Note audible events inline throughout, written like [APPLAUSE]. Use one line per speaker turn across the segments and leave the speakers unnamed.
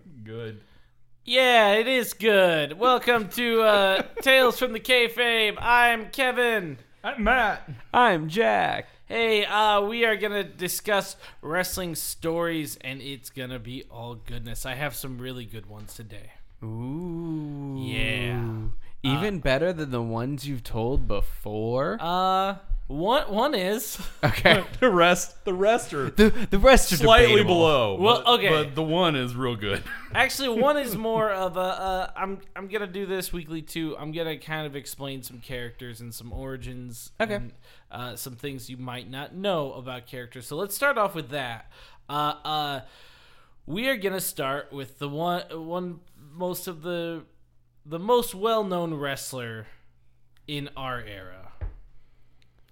[LAUGHS] good.
Yeah, it is good. Welcome to uh, Tales from the Kayfabe. I'm Kevin.
I'm Uh, Matt. [LAUGHS]
I'm Jack.
Hey, uh, we are gonna discuss wrestling stories, and it's gonna be all goodness. I have some really good ones today.
Ooh.
Yeah.
Even better than the ones you've told before.
Uh, one one is [LAUGHS]
okay.
The rest, the rest are
the the rest are
slightly
debatable.
below.
Well,
but-
okay.
but the one is real good. [LAUGHS]
actually one is more of a. Uh, I'm I'm gonna do this weekly too. I'm gonna kind of explain some characters and some origins.
Okay.
and, uh, some things you might not know about characters. So let's start off with that. Uh, uh, we are gonna start with the one one most of the the most well known wrestler in our era.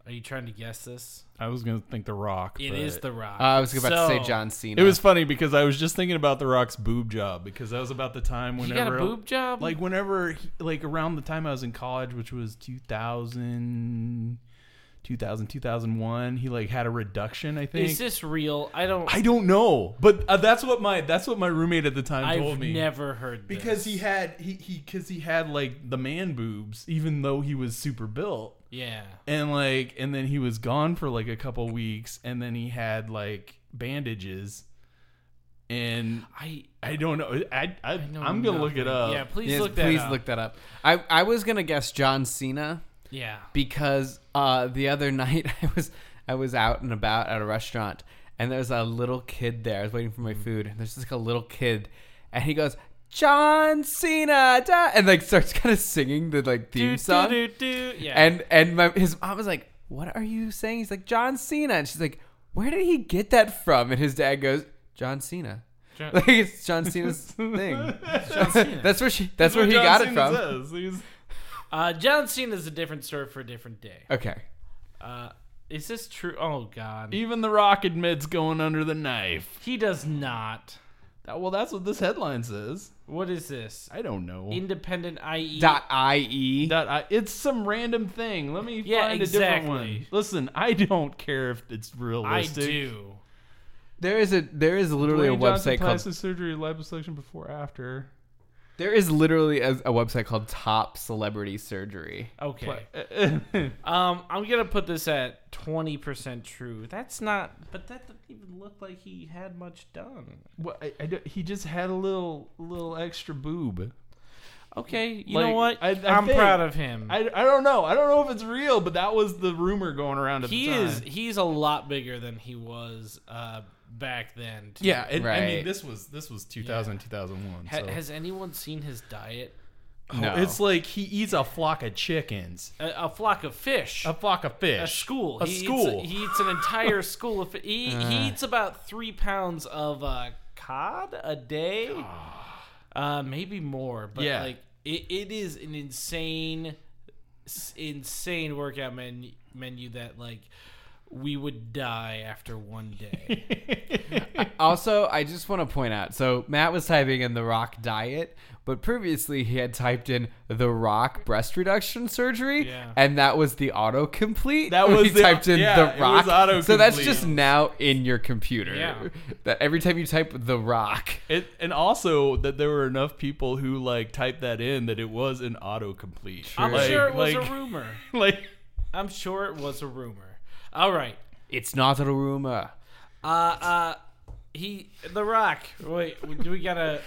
Are you trying to guess this?
I was gonna think The Rock.
It is
but-
The Rock.
Uh, I was about to say
So,
John Cena.
It was funny because I was just thinking about The Rock's boob job because that was about the time
You
whenever
got a boob job?
like whenever like around the time i was in college which was 2000 2000 2001 he like had a reduction i think
is this real? I don't.
i don't know but uh, that's what my that's what my roommate at the time told
I've
me
never heard this.
because he had he he because he had like the man boobs even though he was super built
Yeah.
and like and then he was gone for like a couple weeks and then he had like bandages and
I
i don't know i, I,
I know
i'm gonna look
nothing.
it up
Yeah, please
Yes,
look that
please
up.
look that up. I I was gonna guess John Cena
Yeah.
because uh, the other [LAUGHS] night I was I was out and about at a restaurant and there was a little kid there. I was waiting for
Mm.
my food and there's just like a little kid and he goes John Cena da-" and like starts kind of singing the like theme
Do,
song
do, do, do. Yeah.
and and my, his mom was like what are you saying? He's like John Cena and she's like where did he get that from? And his dad goes John Cena.
[LAUGHS] John-
[LAUGHS] Like it's John Cena's thing.
John Cena.
[LAUGHS] that's where she. That's where he got it from.
uh, John Cena is a different story for a different day.
Okay.
Uh, is this true? Oh
[LAUGHS]
God,
Even The Rock admits going under the knife.
he does not.
That- well, that's what this headline says.
What is this?
I don't know.
Independent E? IE.
Dot E. IE.
That- I- it's some random thing. Let me
Yeah,
find a different
exactly.
one. Listen, I don't care if it's
I
realistic.
do.
There is a there is literally
Dwayne
a
Johnson
website called
plastic surgery, liposuction before, after.
there is literally a, a website called Top Celebrity Surgery.
Okay.
That's
Um, I'm gonna put this at twenty percent true. That's not. But that doesn't even look like he had much done.
[LAUGHS] What, I, I don't- he just had a little little extra boob.
Okay. You know what?
Like, I- I
am
think-
proud of him.
I, I don't know. I don't know if it's real, but that was the rumor going around at
he
the time.
is he's a lot bigger than he was uh, back then. too.
Yeah, and, I mean
Right.
this was this was 2000 2001.
Ha-
so-
Has anyone seen his diet?
Oh,
No.
It's like he eats a flock of chickens,
A, a flock of fish.
a flock of fish,
A school.
a
he
school. Uh.
Eats, he eats an entire school of. fi- He, he eats about three pounds of uh, cod a day, uh, maybe more. But
Yeah.
like it, it is an insane, s- insane workout menu, menu that like we would die after one
[LAUGHS]
day.
Also, I just want to point out. So Matt was typing in the Rock diet, but previously he had typed in the Rock breast reduction surgery,
Yeah.
and that was the autocomplete.
That
when
was
he
the-
typed in
yeah, it
the Rock.
was
So that's
autocomplete.
just now in your computer.
Yeah.
That every time you type the Rock,
[LAUGHS] It, and also that there were enough people who like typed that in that it was an autocomplete.
I'm
Like-
sure it was
like-
a rumor.
[LAUGHS] Like
I'm sure it was a rumor. All right.
it's not a rumor.
Uh, uh, he, The Rock. Wait, do we gotta?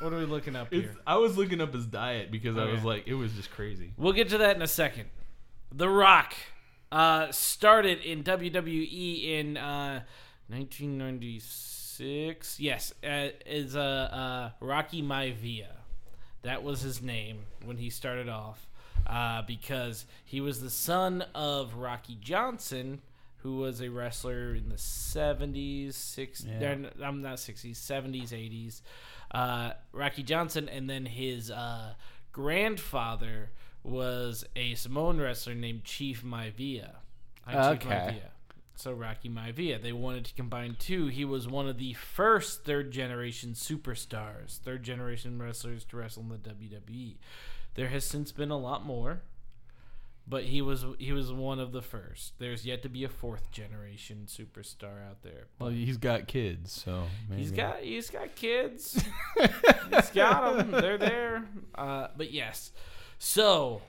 What are we looking up here?
it's, I was looking up his diet because I was
Okay.
like, it was just crazy.
We'll get to that in a second. The Rock uh, started in WWE in uh, 1996. Yes, uh, is uh, uh, Rocky Maivia. That was his name when he started off uh, because he was the son of Rocky Johnson, who was a wrestler in the 70s, 60s. I'm not 60s, 70s, 80s. Uh, Rocky Johnson, and then his uh, grandfather was a Samoan wrestler named Chief Maivia. Hi, Chief
Okay.
Maivia. So Rocky Maivia. They wanted to combine two. He was one of the first third generation superstars, third E. generation wrestlers to wrestle in the WWE. There has since been a lot more, but he was he was one of the first. There's yet to be a fourth generation superstar out there.
Well, he's got kids, so maybe.
He's got he's got kids. he's
[LAUGHS]
got them. They're there. Uh, but yes, so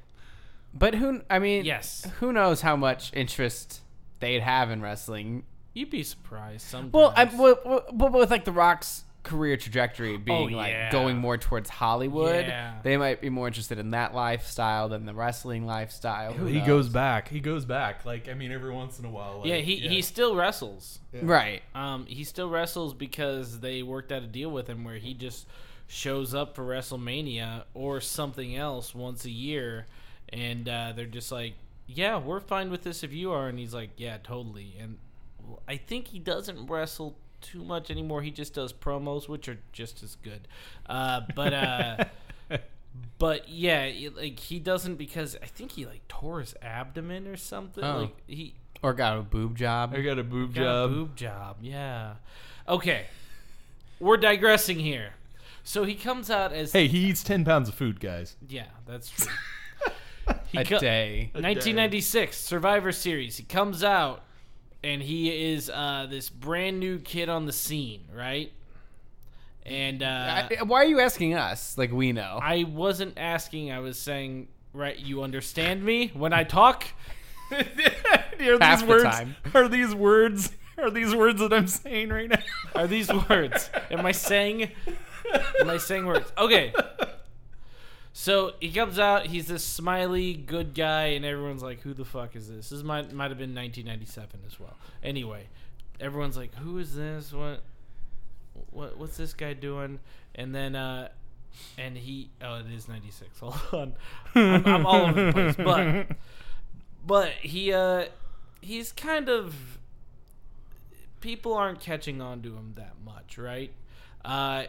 But who? I mean,
yes,
Who knows how much interest they'd have in wrestling?
you'd be surprised. Sometimes.
Well, I, well, well, but with like The Rock's career trajectory being like
yeah.
going more towards Hollywood,
Yeah.
they might be more interested in that lifestyle than the wrestling lifestyle. Who
He
knows?
goes back. He goes back. Like I mean, every once in a while. Like,
yeah, he he still wrestles.
right.
Um, he still wrestles because they worked out a deal with him where he just shows up for WrestleMania or something else once a year, and uh, they're just like, "Yeah, we're fine with this if you are," and he's like, "Yeah, totally." And well, I think he doesn't wrestle too much anymore. He just does promos, which are just as good. Uh, but uh, but yeah, it- like he doesn't because I think he like tore his abdomen or something.
Oh.
Like he
Or got a boob job.
I got a boob
Got a
job.
boob job. Yeah. Okay. We're digressing here. So he comes out as
Hey, he eats ten pounds of food, guys.
yeah, that's true. he
A
co- Uh,
day.
1996 Survivor Series. He comes out and he is uh, this brand new kid on the scene, right? And uh, I,
I- why are you asking us? Like we know.
wasn't asking. I was saying, right? You understand me when I talk?
[LAUGHS] are
Half
these
the
words?
time.
Are these words? Are these words that I'm saying right now?
[LAUGHS] Are these words? Am I saying? Am I
[LAUGHS]
saying words? Okay. So he comes out. He's this smiley, good guy, and everyone's like, "Who the fuck is this?" This might might have been 1997 as well. Anyway, everyone's like, "Who is this? What? What? What's this guy doing?" And then, uh, and he, oh, it is 96. [LAUGHS] Hold on, I'm, I'm all over the place. But, but he, uh, he's kind of people aren't catching on to him that much, right? Uh,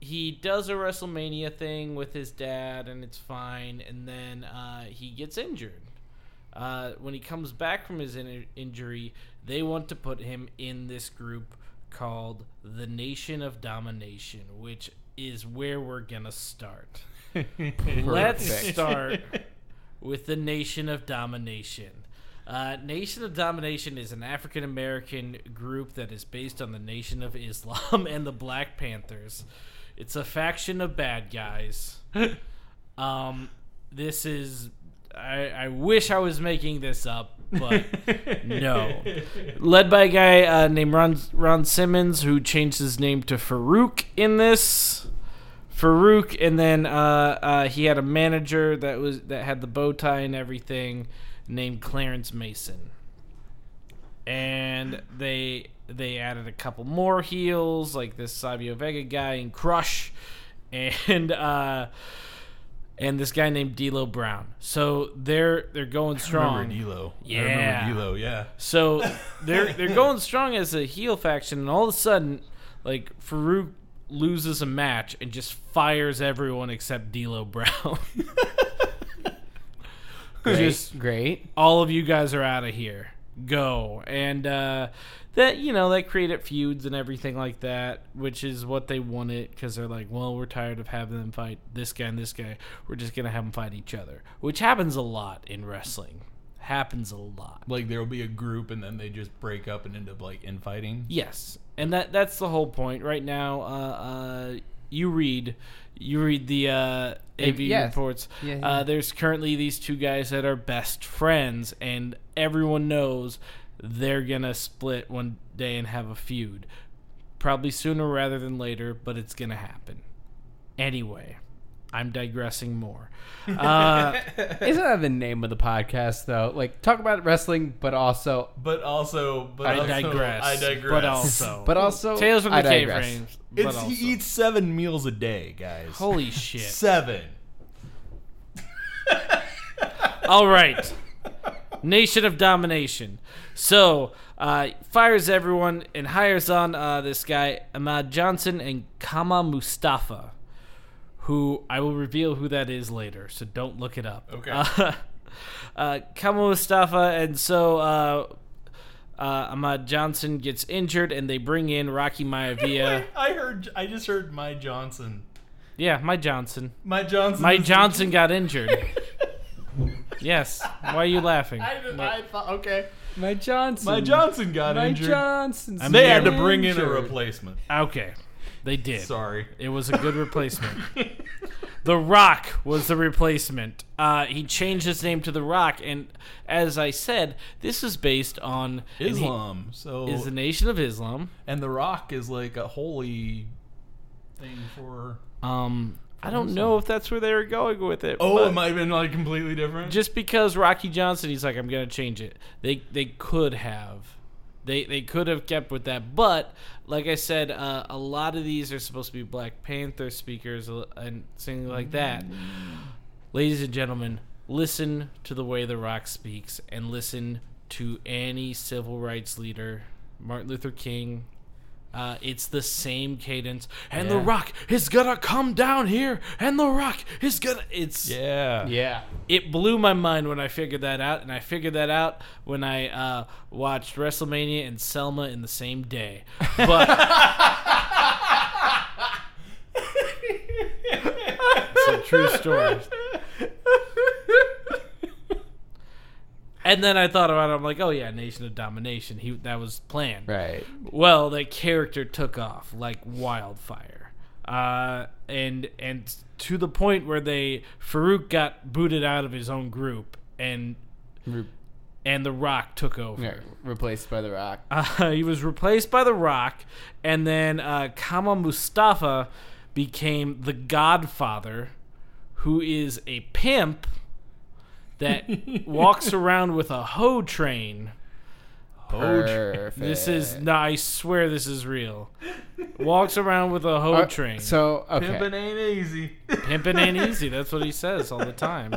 he does a WrestleMania thing with his dad, and it's fine. And then uh, he gets injured. Uh, when he comes back from his in- injury, they want to put him in this group called the Nation of Domination, which is where we're gonna start. [LAUGHS] Let's
Perfect.
start with the Nation of Domination. Uh, Nation of Domination is an African American group that is based on the Nation of Islam [LAUGHS] and the Black Panthers. It's a faction of bad guys. Um, this is. I, I wish I was making this up, but no. [LAUGHS] Led by a guy uh, named Ron, Ron Simmons, who changed his name to Farouk in this. Farouk, and then uh, uh, he had a manager that was that had the bow tie and everything, named Clarence Mason. And they they added a couple more heels, like this Savio Vega guy and Crush, and uh, and this guy named D'Lo Brown. So they're they're going strong.
Remember D'Lo? I
Yeah.
remember D'Lo. Yeah.
So they're they're going strong as a heel faction, and all of a sudden, like Farouk loses a match and just fires everyone except D'Lo Brown. [LAUGHS]
great,
Just
great.
all of you guys are out of here. Go and uh, that you know that created feuds and everything like that, which is what they wanted because they're like, well, we're tired of having them fight this guy and this guy. We're just gonna have them fight each other, which happens a lot in wrestling. Happens a lot.
Like there will be a group, and then they just break up and end up like infighting.
Yes, and that that's the whole point. Right now, uh, uh, you read you read the uh, AV
yes.
reports.
Yeah,
Uh,
yeah.
there's currently these two guys that are best friends, and everyone knows they're gonna split one day and have a feud, probably sooner rather than later, but it's gonna happen. Anyway, I'm
[LAUGHS]
digressing more. Uh,
Isn't that the name of the podcast though? Like talk about wrestling, but also,
But also, but
I
also-
digress.
I digress. [LAUGHS]
But also,
but also
Tales from the
I
Cave
digress.
Range. but
It's,
also-
he eats seven meals a day, guys.
Holy shit!
seven.
All right. Nation of Domination. So, uh, fires everyone and hires on uh, this guy, Ahmad Johnson and Kama Mustafa, who I will reveal who that is later, so don't look it up.
Okay.
Uh, [LAUGHS] uh, Kama Mustafa, and so uh, uh, Ahmad Johnson gets injured, and they bring in Rocky Maivia.
I heard. I just heard my Johnson.
yeah, my Johnson.
My Johnson. [LAUGHS]
My
is-
Johnson got injured. Yes. Why are you laughing?
thought, okay. My Johnson.
My Johnson got
My
injured.
Johnson.
I'm
they had to bring in a
injured.
replacement.
Okay. They did.
Sorry.
It was a good replacement.
[LAUGHS]
the Rock was the replacement. Uh, he changed his name to The Rock, and as I said, this is based on and he-
Islam. So
is the Nation of Islam.
and the Rock is like a holy thing for.
Um, I don't know if that's where they were going with it.
Oh,
but-
it might have been like completely different.
just because Rocky Johnson, he's like, I'm gonna change it. They they could have, they they could have kept with that. But like I said, uh, a lot of these are supposed to be Black Panther speakers uh, and things like that. Ladies and gentlemen, listen to the way The Rock speaks, and listen to any civil rights leader, Martin Luther King. Uh, it's the same cadence, and The
Yeah.
Rock is gonna come down here, and The Rock is gonna. It's
yeah.
Yeah.
it blew my mind when I figured that out, and I figured that out when I uh, watched WrestleMania and Selma in the same day. But it's a true story. And then I thought about it. I'm like, oh yeah, Nation of Domination. He that was planned.
Right.
Well, that character took off like wildfire, uh, and and to the point where they Farouk got booted out of his own group, and
Re-
and The Rock took over.
yeah, replaced by The Rock.
Uh, [LAUGHS] he was replaced by The Rock, and then uh, Kama Mustafa became the Godfather, who is a pimp
[LAUGHS]
that walks around with a hoe train.
Perfect.
This is no, I swear this is real. Walks around with a hoe
Uh,
train.
So
[LAUGHS]
okay.
Pimpin' ain't easy.
Pimping ain't
[LAUGHS]
easy. That's what he says all the time.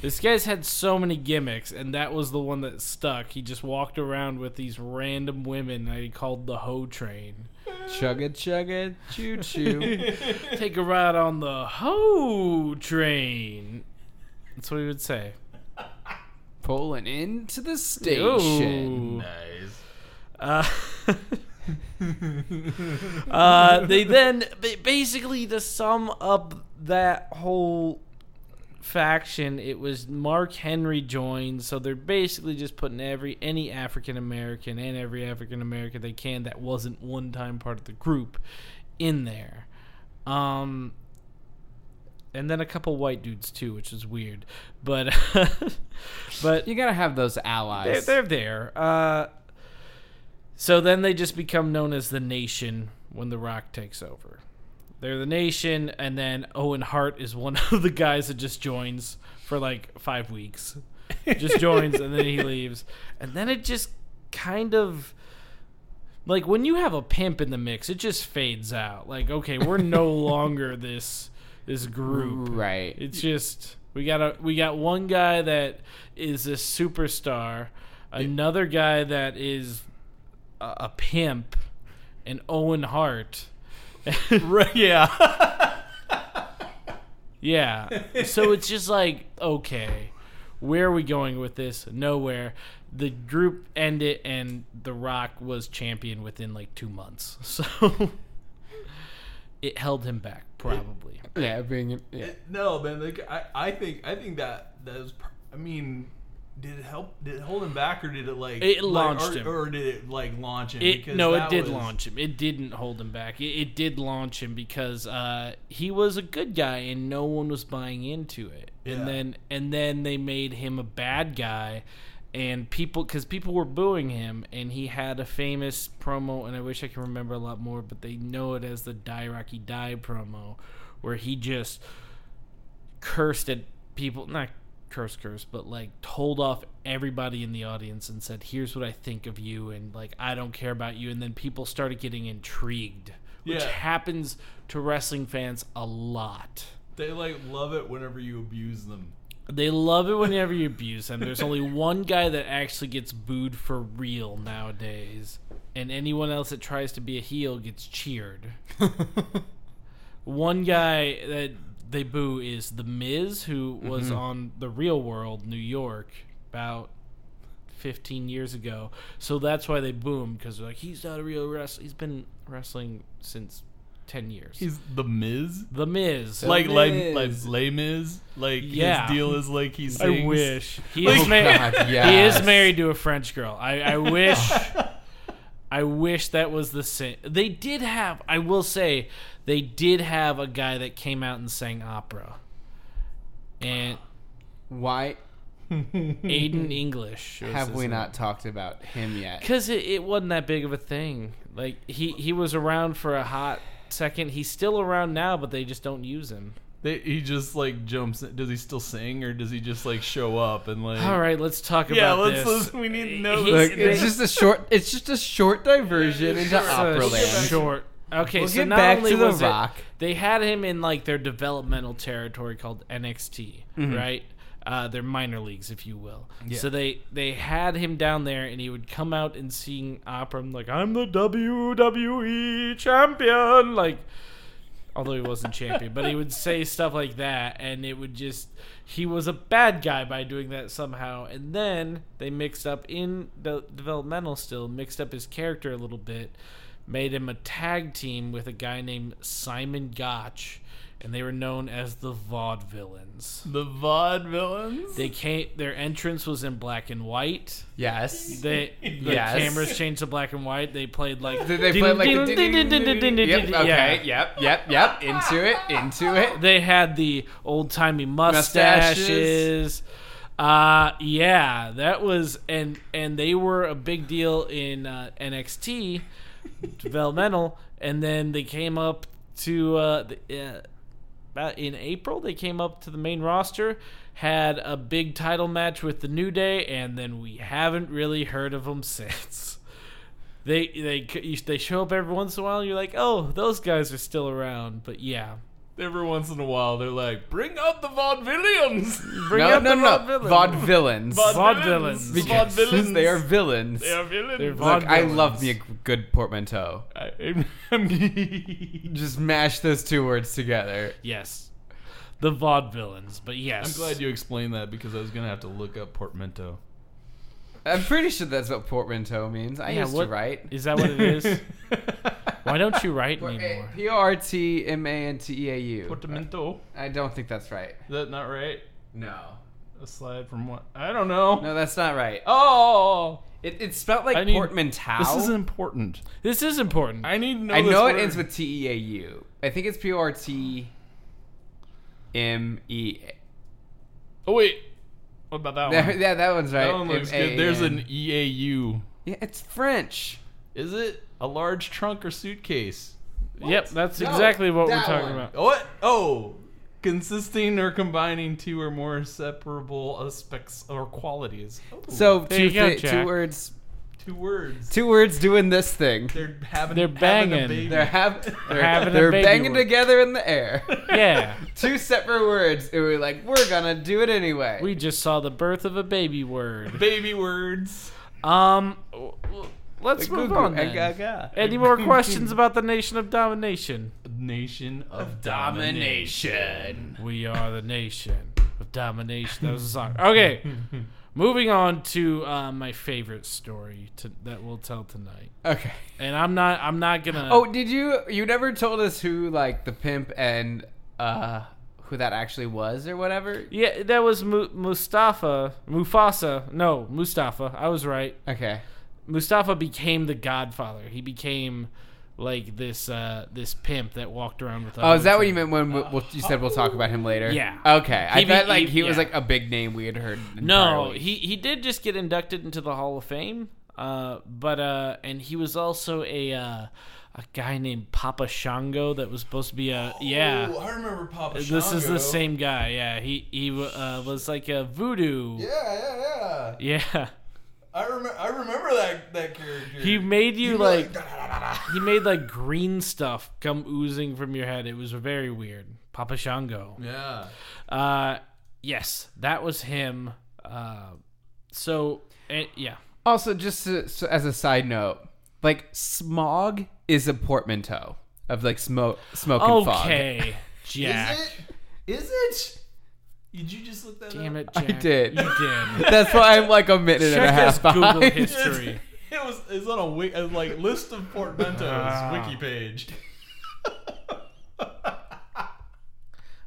This guy's had so many gimmicks, and that was the one that stuck. He just walked around with these random women that he called the hoe train.
Chugga chugga
[LAUGHS]
choo choo.
Take a ride on the hoe train. That's what he would say.
Pulling into the station.
Ooh.
nice.
Uh, uh, they then ba- basically to sum up that whole faction, it was Mark Henry joined, so they're basically just putting every any African American and every African American they can that wasn't one time part of the group in there. Um, and then a couple white dudes too, which is weird, but [LAUGHS] but
You gotta have those
they're,
allies.
they're there. Uh, so then they just become known as the Nation when The Rock takes over. They're the Nation, and then Owen Hart is one [LAUGHS] of the guys that just joins for like five weeks. Just joins, and then he leaves. And then it just kind of. Like when you have a pimp in the mix, it just fades out. Like, okay, we're no longer this this group.
right.
It's just we got a we got one guy that is a superstar, another guy that is a, a pimp, and Owen Hart. [LAUGHS]
Right, [LAUGHS] yeah.
Yeah. So it's just like okay, where are we going with this? Nowhere. The group ended, and The Rock was champion within like two months. [LAUGHS] So it held him back probably.
Yeah, bring it. Yeah.
no, man. Like, I, I think, I think that that was. pr- I mean, did it help? Did it hold him back, or did it like
It
like,
launched
or,
him.
or did it like launch him?
It,
Because
no, it
that
did
was-
launch him. It didn't hold him back. It, it did launch him because uh, he was a good guy and no one was buying into it.
Yeah.
And then and then they made him a bad guy, and people because people were booing him. And he had a famous promo, and I wish I can remember a lot more, but they know it as the Die Rocky Die promo, where he just cursed at people not curse curse but like told off everybody in the audience and said here's what i think of you and like i don't care about you and then people started getting intrigued which
Yeah.
happens to wrestling fans a lot
They like love it whenever you abuse them.
they love it whenever you abuse them there's only one guy that actually gets booed for real nowadays and anyone else that tries to be a heel gets cheered one guy that they boo is the Miz, who was on the Real World, New York, about fifteen years ago. So that's why they boo him because like he's not a real wrestler. He's been wrestling since ten years.
He's the Miz.
the Miz.
Like like like
Miz.
Les Miz. Like
Yeah.
his deal is like he sings.
I wish he is,
Like-
ma- [LAUGHS]
God,
he
yes.
is married to a French girl. I,
[LAUGHS]
I wish. I wish that was the same. They did have. I will say, they did have a guy that came out and sang opera, and
Why
Aiden English.
have we not talked about him yet?
Because it, it wasn't that big of a thing. Like he he was around for a hot second. He's still around now, but they just don't use him.
They, he just like jumps. in- Does he still sing or does he just like show up and like?
All right, let's talk
Yeah,
about
let's
this.
listen. We need to know.
He-
this.
Look, it's just a short. It's just a short diversion into
So
opera land.
Short. Okay,
We'll
so
get
not
back
only
to the
was it-
Rock.
they had him in like their developmental territory called NXT,
Mm-hmm.
right? Uh, their minor leagues, if you will. So they they had him down there, and he would come out and sing opera. and like I'm the WWE champion, like. Although he wasn't champion, but he would say stuff like that, and it would just. He was a bad guy by doing that somehow. And then they mixed up in the developmental still, mixed up his character a little bit, made him a tag team with a guy named Simon Gotch, and they were known as the Vaudevillains.
the Vaude villains.
They came. Their entrance was in black and white.
Yes.
They the
Yes.
cameras changed to black and white. They played like
Did they play like
Ding,
a
ding, ding, ding, ding, ding, ding,
Yep,
ding,
okay,
yeah.
yep, yep, yep. Into it, into it.
They had the old timey
Mustaches.
mustaches. Uh, yeah, that was and and they were a big deal in uh, NXT developmental, and then they came up to uh, the, uh, about in April they came up to the main roster, had a big title match with the New Day, and then we haven't really heard of them [LAUGHS] since. They they c- they show up every once in a while. And you're like, oh, those guys are still around, but yeah,
Every once in a while, they're like, "Bring out the Vaude villains." [LAUGHS]
No, no, no. Vaudevillains.
Vaudevillains.
Because
Vaudevillains.
They are villains.
They are villains.
They're Vaude-
Look, I
vaudevillains.
love me a good portmanteau.
I, [LAUGHS] I'm,
Just mash those two words together.
Yes. The vaudevillains, but yes.
I'm glad you explained that because I was gonna have to look up portmanteau. [LAUGHS]
I'm pretty sure that's what portmanteau means. I
Yeah,
used
what-
to write.
[LAUGHS]
[LAUGHS]
Is that what it is? Why don't you write anymore?
P O R T M A N T E A U.
Portmanteau.
I don't think that's right.
Is that not right?
No.
Aside from what? I don't know.
No, that's not right. Oh,
Oh,
it, it's spelled like
I need-
portmanteau.
this is important.
This is important.
I need to know.
I
this
know it
word.
ends with T E A U. I think it's P O R T M E.
Oh wait, what about that
Yeah,
one?
yeah, that one's right.
That one looks good.
M.A.N..
There's an EAU.
Yeah, it's French.
Is it a large trunk or suitcase?
Yep, that's
No,
exactly what we're
that
talking
one.
about.
What? Oh, consisting or combining two or more separable aspects or qualities. Oh,
So
There
two,
you go,
thi- two
Jack.
words.
two words.
Two words doing this thing.
They're having. having
They're
a
banging.
baby.
They're have they're,
Having a
they're
baby
banging
word.
together in
[LAUGHS]
the air.
Yeah.
two separate words. And we're like, we're gonna do it anyway.
We just saw the birth of a baby word.
baby words.
Um w- w- let's move on. then. Any more questions about the nation of domination?
Nation of domination.
We are the nation of domination. That was a song. Okay.
[LAUGHS]
Moving on to uh, my favorite story to, that we'll tell tonight.
okay.
And I'm not I'm not gonna
Oh, did you? You never told us who like the pimp and uh who that actually was or whatever.
Yeah, that was Mu- Mustafa. Mufasa. No, Mustafa. I was right.
Okay.
Mustafa became the Godfather. He became like this uh this pimp that walked around with. a
Oh, is that
hotel.
what you meant when we, well, you said we'll talk about him later?
Uh, Yeah.
Okay. I
He be-
thought like
he-
he was
yeah.
like a big name we had heard.
No,
entirely.
he he did just get inducted into the Hall of Fame. Uh, but uh, and he was also a uh, a guy named Papa Shango that was supposed to be a yeah.
Oh, I remember Papa
This is
Shango.
the same guy. Yeah, he he uh, was like a voodoo.
Yeah, yeah, yeah.
yeah.
I remember. I remember that that character.
He made you
He was
like
"Da-da-da-da-da."
he made like green stuff come oozing from your head. It was very weird. Papa Shango.
yeah.
Uh, yes, that was him. Uh, so eh, yeah,
Also, just to, so as a side note, like smog is a portmanteau of like smoke, smoke and fog. [LAUGHS]
okay, Jack.
Is it? Is it? Did you just look that
Damn
up?
it, Jack.
did.
You did.
[LAUGHS]
[LAUGHS]
That's why I'm like a minute and a
Check
half
his Google
behind.
history.
[LAUGHS] It was. It's on a wiki, like list of portmanteaus
Ah.
wiki page.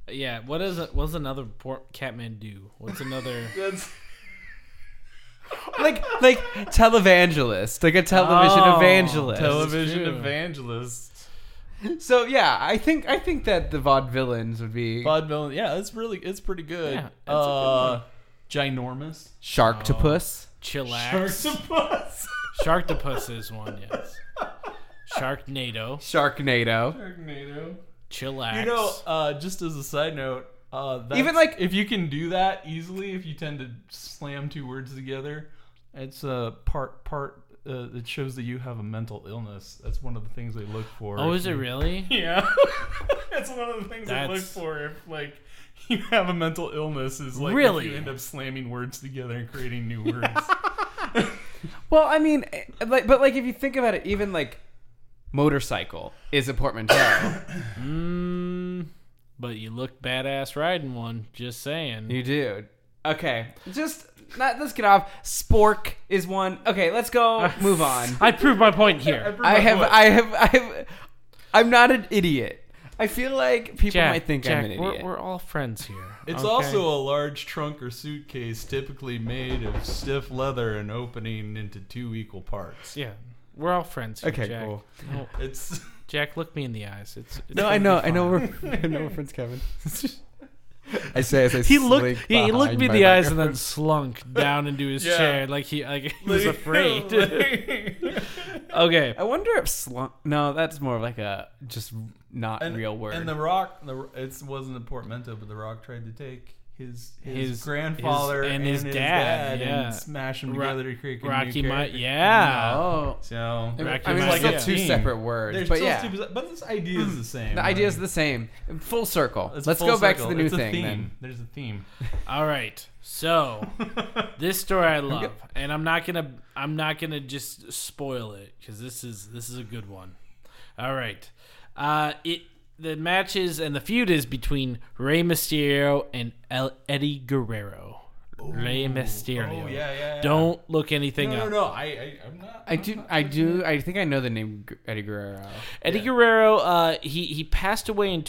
Yeah, what is it? What's another port Kathmandu? What's another?
[LAUGHS] That's
[LAUGHS] like like televangelist, like a television
Oh,
evangelist.
television
true.
evangelist.
so yeah, I think I think that the vaudevillains would be
Vaudevillain. Yeah, it's really it's pretty good.
Yeah, it's a good
uh, ginormous.
Sharktopus.
Oh.
[LAUGHS]
Chillax.
Sharktopus.
Sharktopus is one, yes. Sharknado.
Sharknado.
Sharknado.
Chillax.
You know, uh, just as a side note, uh, that's,
Even, like-
if you can do that easily, if you tend to slam two words together, it's uh, part part. Uh, it shows that you have a mental illness. That's one of the things they look for.
oh,
if
is it
you-
really?
[LAUGHS] Yeah, that's one of the things they look
That's-
for. If like you have a mental illness, is like if
Really?
you end up slamming words together and creating new words.
[LAUGHS]
[LAUGHS]
Well, I mean, eh, like, but like if you think about it, even like motorcycle is a portmanteau.
Mm, but you look badass riding one. Just saying.
you do. Okay, just not, let's get off. Spork is one. Okay,
[LAUGHS]
let's go.
Oh,
Move on.
I proved my point here.
proved
I
my
have,
point.
I have, I have, I'm not an idiot. I feel like people
Jack,
might think
Jack,
I'm an
we're,
idiot.
we're all friends here.
It's
okay?
also a large trunk or suitcase typically made of stiff leather and opening into two equal parts.
yeah. We're all friends here.
Okay,
Jack.
cool.
No,
It's
Jack, look me in the eyes. It's, it's
no,
gonna
I
be
know, I know,
fine. [LAUGHS]
we're, I know, we're friends, Kevin. I say, as I
He looked. He, he looked me in the eyes and then slunk
[LAUGHS]
down into his
Yeah.
chair, like he like he
[LAUGHS]
was afraid. [LAUGHS] okay.
I wonder if slunk. No, that's more of like a just not
and,
real word.
And the Rock, the it wasn't a portmanteau, but the Rock tried to take his his,
His-
grandfather
his-
and, his, dad,
yeah.
and smash them
Ro-
together to create a
Rocky
new
might.
character.
Yeah.
oh,
So
I mean,
Rocky
it's
Mountain,
still
yeah.
two
Team.
separate words,
there's
but
still
yeah,
stupid- but this idea is the same.
the idea is
like,
the same. Full circle.
it's
Let's
full
go back to
circle.
the new
It's a
thing
theme.
then.
There's a
[LAUGHS]
theme.
All right. So this story I love, and I'm not gonna I'm not gonna just spoil it because this is this is a good one. All right. Uh, it the matches and the feud is between Rey Mysterio and El- Eddie Guerrero. Rey Mysterio.
Oh yeah, yeah. yeah.
Don't look anything
No, no,
up.
no. I, I I'm not.
I do. I do. I think I know the name Gu- Eddie Guerrero.
Eddie Guerrero, uh, he he passed away in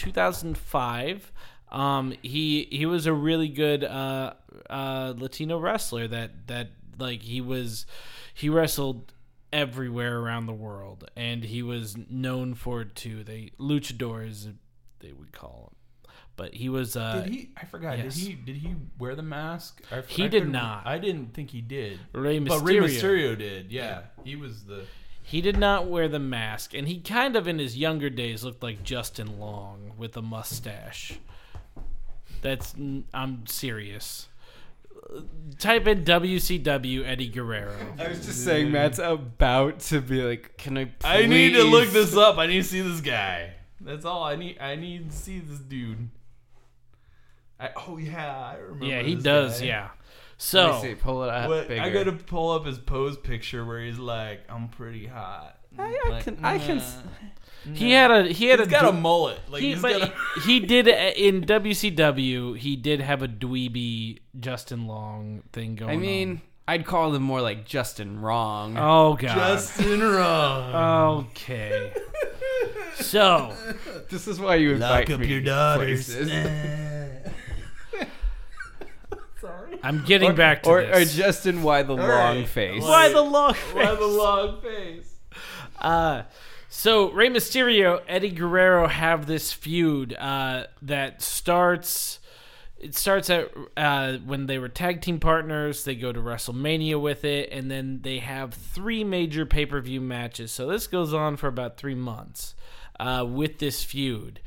2005. Um, he he was a really good uh, uh, Latino wrestler that that like he was he wrestled everywhere around the world and he was known for it too. They luchadors they would call him, but he was uh,
Did he? I forgot.
yes.
Did he? Did he wear the mask? I, f-
He
I
did
couldn't-
not.
I didn't think he did.
Rey
But Rey
Mysterio.
Mysterio did. Yeah, he was the.
He did not wear the mask, and he kind of in his younger days looked like Justin Long with a mustache. That's n- I'm serious. Uh, Type in WCW Eddie Guerrero.
I was just saying, Matt's about to be like, "Can I?" Please?
I need to look this up. I need to see this guy. That's all I need. I need to see this dude. I, oh yeah, I remember.
Yeah, he
this
does.
guy.
Yeah.
Let me
So
see, pull it up.
What,
bigger.
I gotta pull up his pose picture where he's like, "I'm pretty hot."
I, I
Like,
can. I can. s-
he had a he had
He's
a
got a
dw-
mullet. Like
he,
he's
but [LAUGHS]
got a, [LAUGHS]
he did uh, in WCW. He did have a dweeby Justin Long thing going.
I mean, I'd call them more like Justin Wrong.
on. oh god.
Justin Rock.
Uh, okay. so
this is why you invite
Lock up
me
your
to
daughters.
places. [LAUGHS]
[LAUGHS] Sorry.
I'm getting back to
or,
this.
or Justin, why the long
right.
face?
Why the long
Why the long face?
Uh, so Rey Mysterio, Eddie Guerrero have this feud uh, that starts. It starts at uh, when they were tag team partners. They go to WrestleMania with it, and then they have three major pay per view matches. So this goes on for about three months uh, with this feud.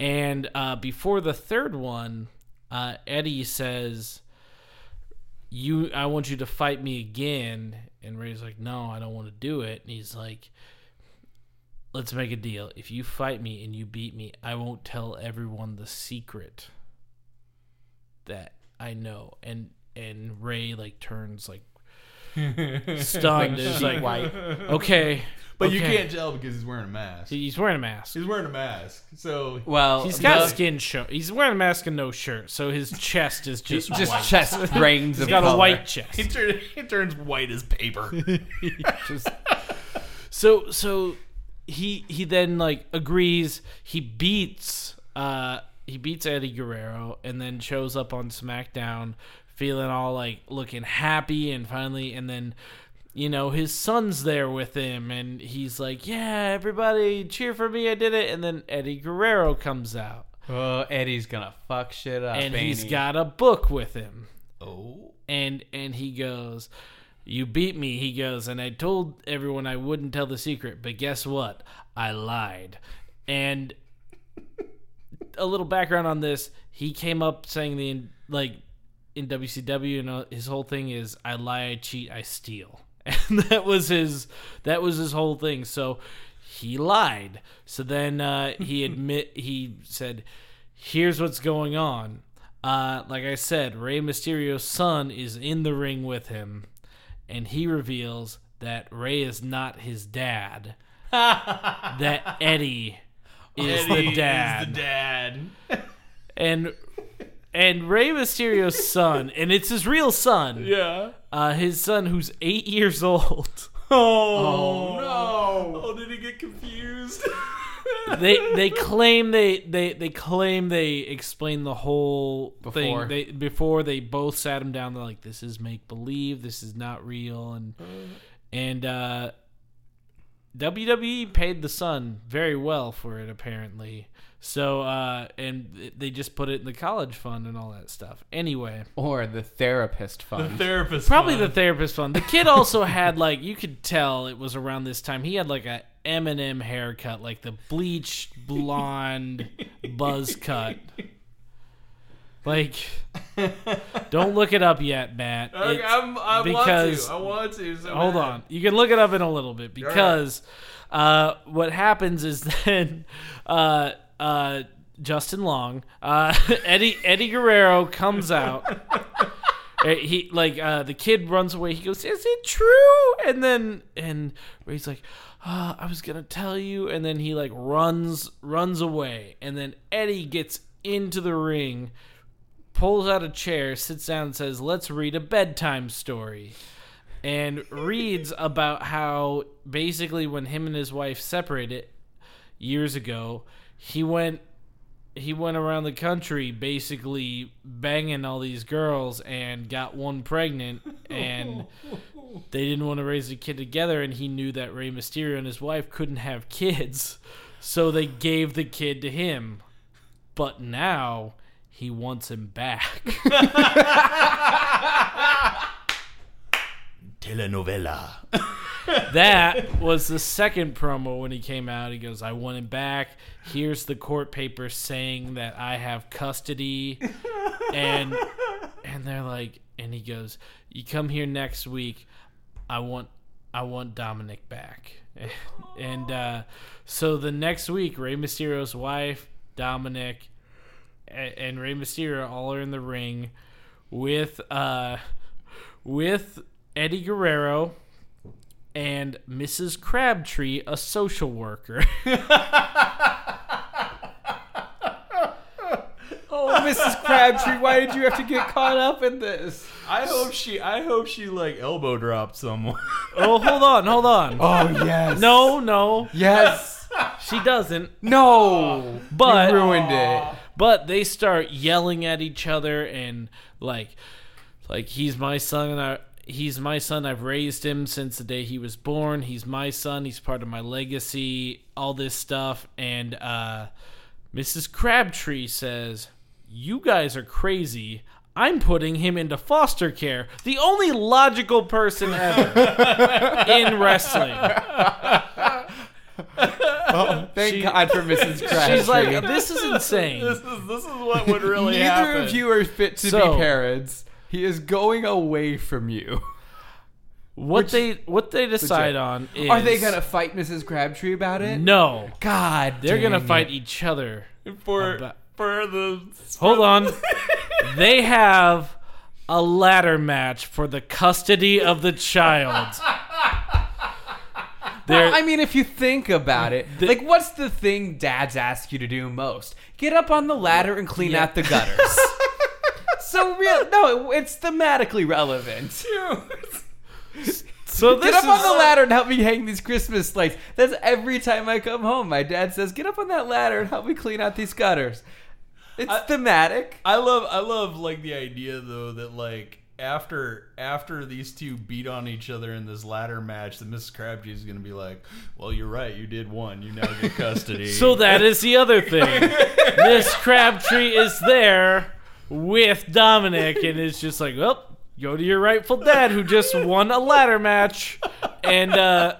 And uh, before the third one, uh, Eddie says, you I want you to fight me again and Ray's like, No, I don't want to do it and he's like Let's make a deal. If you fight me and you beat me, I won't tell everyone the secret that I know. And and Ray like
[LAUGHS]
turns like stunned. and is like, okay,
But you
okay."
can't tell because he's wearing a mask.
He's wearing a mask.
He's wearing a mask, so
Well,
He's got
the-
skin show. He's wearing a mask and no shirt, so his chest is just [LAUGHS]
just
white.
chest brains
He's
of
got a
color.
white chest.
he, turn, he turns white as paper.
Just-
So so he he then like agrees. He beats uh he beats Eddie Guerrero and then shows up on SmackDown feeling all like looking happy and finally and then you know his son's there with him and he's like yeah everybody cheer for me I did it and then Eddie Guerrero comes out
Oh, Eddie's gonna fuck shit up.
and
ain't
he's
he?
got a book with him [LAUGHS]
Oh.
and and he goes you beat me he goes and i told everyone i wouldn't tell the secret but guess what i lied and a little background on this he came up saying the like in wcw and uh, his whole thing is i lie i cheat i steal [LAUGHS] and that was his that was his whole thing so he lied so then uh, [LAUGHS] he admit he said here's what's going on. Uh, like I said, Rey Mysterio's son is in the ring with him, and he reveals that Rey is not his dad. that [LAUGHS] Eddie is
Eddie
the dad.
Is the
[LAUGHS]
dad.
And and Rey Mysterio's son, and it's his real [LAUGHS] son.
Yeah.
Uh, his son who's eight years old.
Oh, no. Oh, did he get confused?
[LAUGHS] they they claim they, they they claim they explained the whole
Before.
thing they before they both sat him down. They're like, "This is make believe. This is not real." And and uh, WWE paid the son very well for it apparently. So uh, and they just put it in the college fund and all that stuff. Anyway,
or the
[LAUGHS]
therapist
the
fund.
therapist.
probably
one.
the therapist fund. The kid also had like you could tell it was around this time. He had like a Eminem haircut, like the
[LAUGHS]
bleached blonde buzz cut. Like, don't look it up yet, Matt.
Okay,
It's-
I'm, I want
because-
to. I want to. So
hold
bad.
on. You can look it up in a little bit
right.
because uh, what happens is [LAUGHS] then uh, uh, Justin Long, uh, [LAUGHS] Eddie Eddie Guerrero
[LAUGHS]
comes out. Uh, he like uh, the kid runs away. He goes, "Is it true?" And then and Ray's like, Ah, "I was gonna tell you." And then he like runs runs away. And then Eddie gets into the ring pulls out a chair, sits down, and says, Let's read a bedtime story. And reads about how basically when him and his wife separated years ago, he went he went around the country basically banging all these girls and got one pregnant and they didn't want to raise a kid together and he knew that Rey Mysterio and his wife couldn't have kids. So they gave the kid to him. But now he wants him back.
Telenovela.
[LAUGHS] that was the second promo when he came out. He goes, I want him back. Here's the court paper saying that I have custody. And and they're like and he goes, You come here next week. I want I want Dominic back. [LAUGHS] And uh, so the next week, Rey Mysterio's wife, Dominic, a- and Rey Mysterio all are in the ring with uh, with Eddie Guerrero and Mrs. Crabtree, a social worker.
oh, Mrs. Crabtree, why did you have to get caught up in this?
I hope she. I hope she like elbow dropped
[LAUGHS]
someone.
oh, hold on, hold on.
Oh yes.
[LAUGHS] No, no,
Yes.
she doesn't.
No.
But
you ruined it.
But they start yelling at each other and like, like he's my son and I. He's my son. I've raised him since the day he was born. He's my son. He's part of my legacy. All this stuff. And uh, Mrs. Crabtree says, "You guys are crazy. I'm putting him into foster care. The only logical person ever
[LAUGHS]
in
[LAUGHS]
wrestling."
Thank God for [LAUGHS] Mrs. Crabtree.
She's like, "This is insane."
this is this is what would really
[LAUGHS]
neither
happen.
of you are fit to
So-
be parents. He is going away from you.
What they what they decide on is
Are they gonna fight Mrs. Crabtree about it?
No,
God,
they're gonna
dang it.
fight each other.
for
About-
for the.
Hold [LAUGHS]
[LAUGHS]
on,
[LAUGHS]
they have a ladder match for the custody of the
[LAUGHS]
child. They're,
I mean, if you think about it, like, what's the thing dads ask you to do most? Get up on the ladder and clean out the gutters. so real? No, it's thematically relevant.
so this
Get up
is
on the ladder and help me hang these Christmas lights. That's every time I come home. My dad says, "Get up on that ladder and help me clean out these gutters." It's
I-
thematic.
I love I love like the idea though that like after after these two beat on each other in this ladder match, that Mrs. Crabtree is gonna be like, "Well, you're right. You did one. You now
[LAUGHS]
get custody."
So that is the other thing. Miss Crabtree is there with Dominic and it's just like, well, go to your rightful dad who just won a ladder match. And uh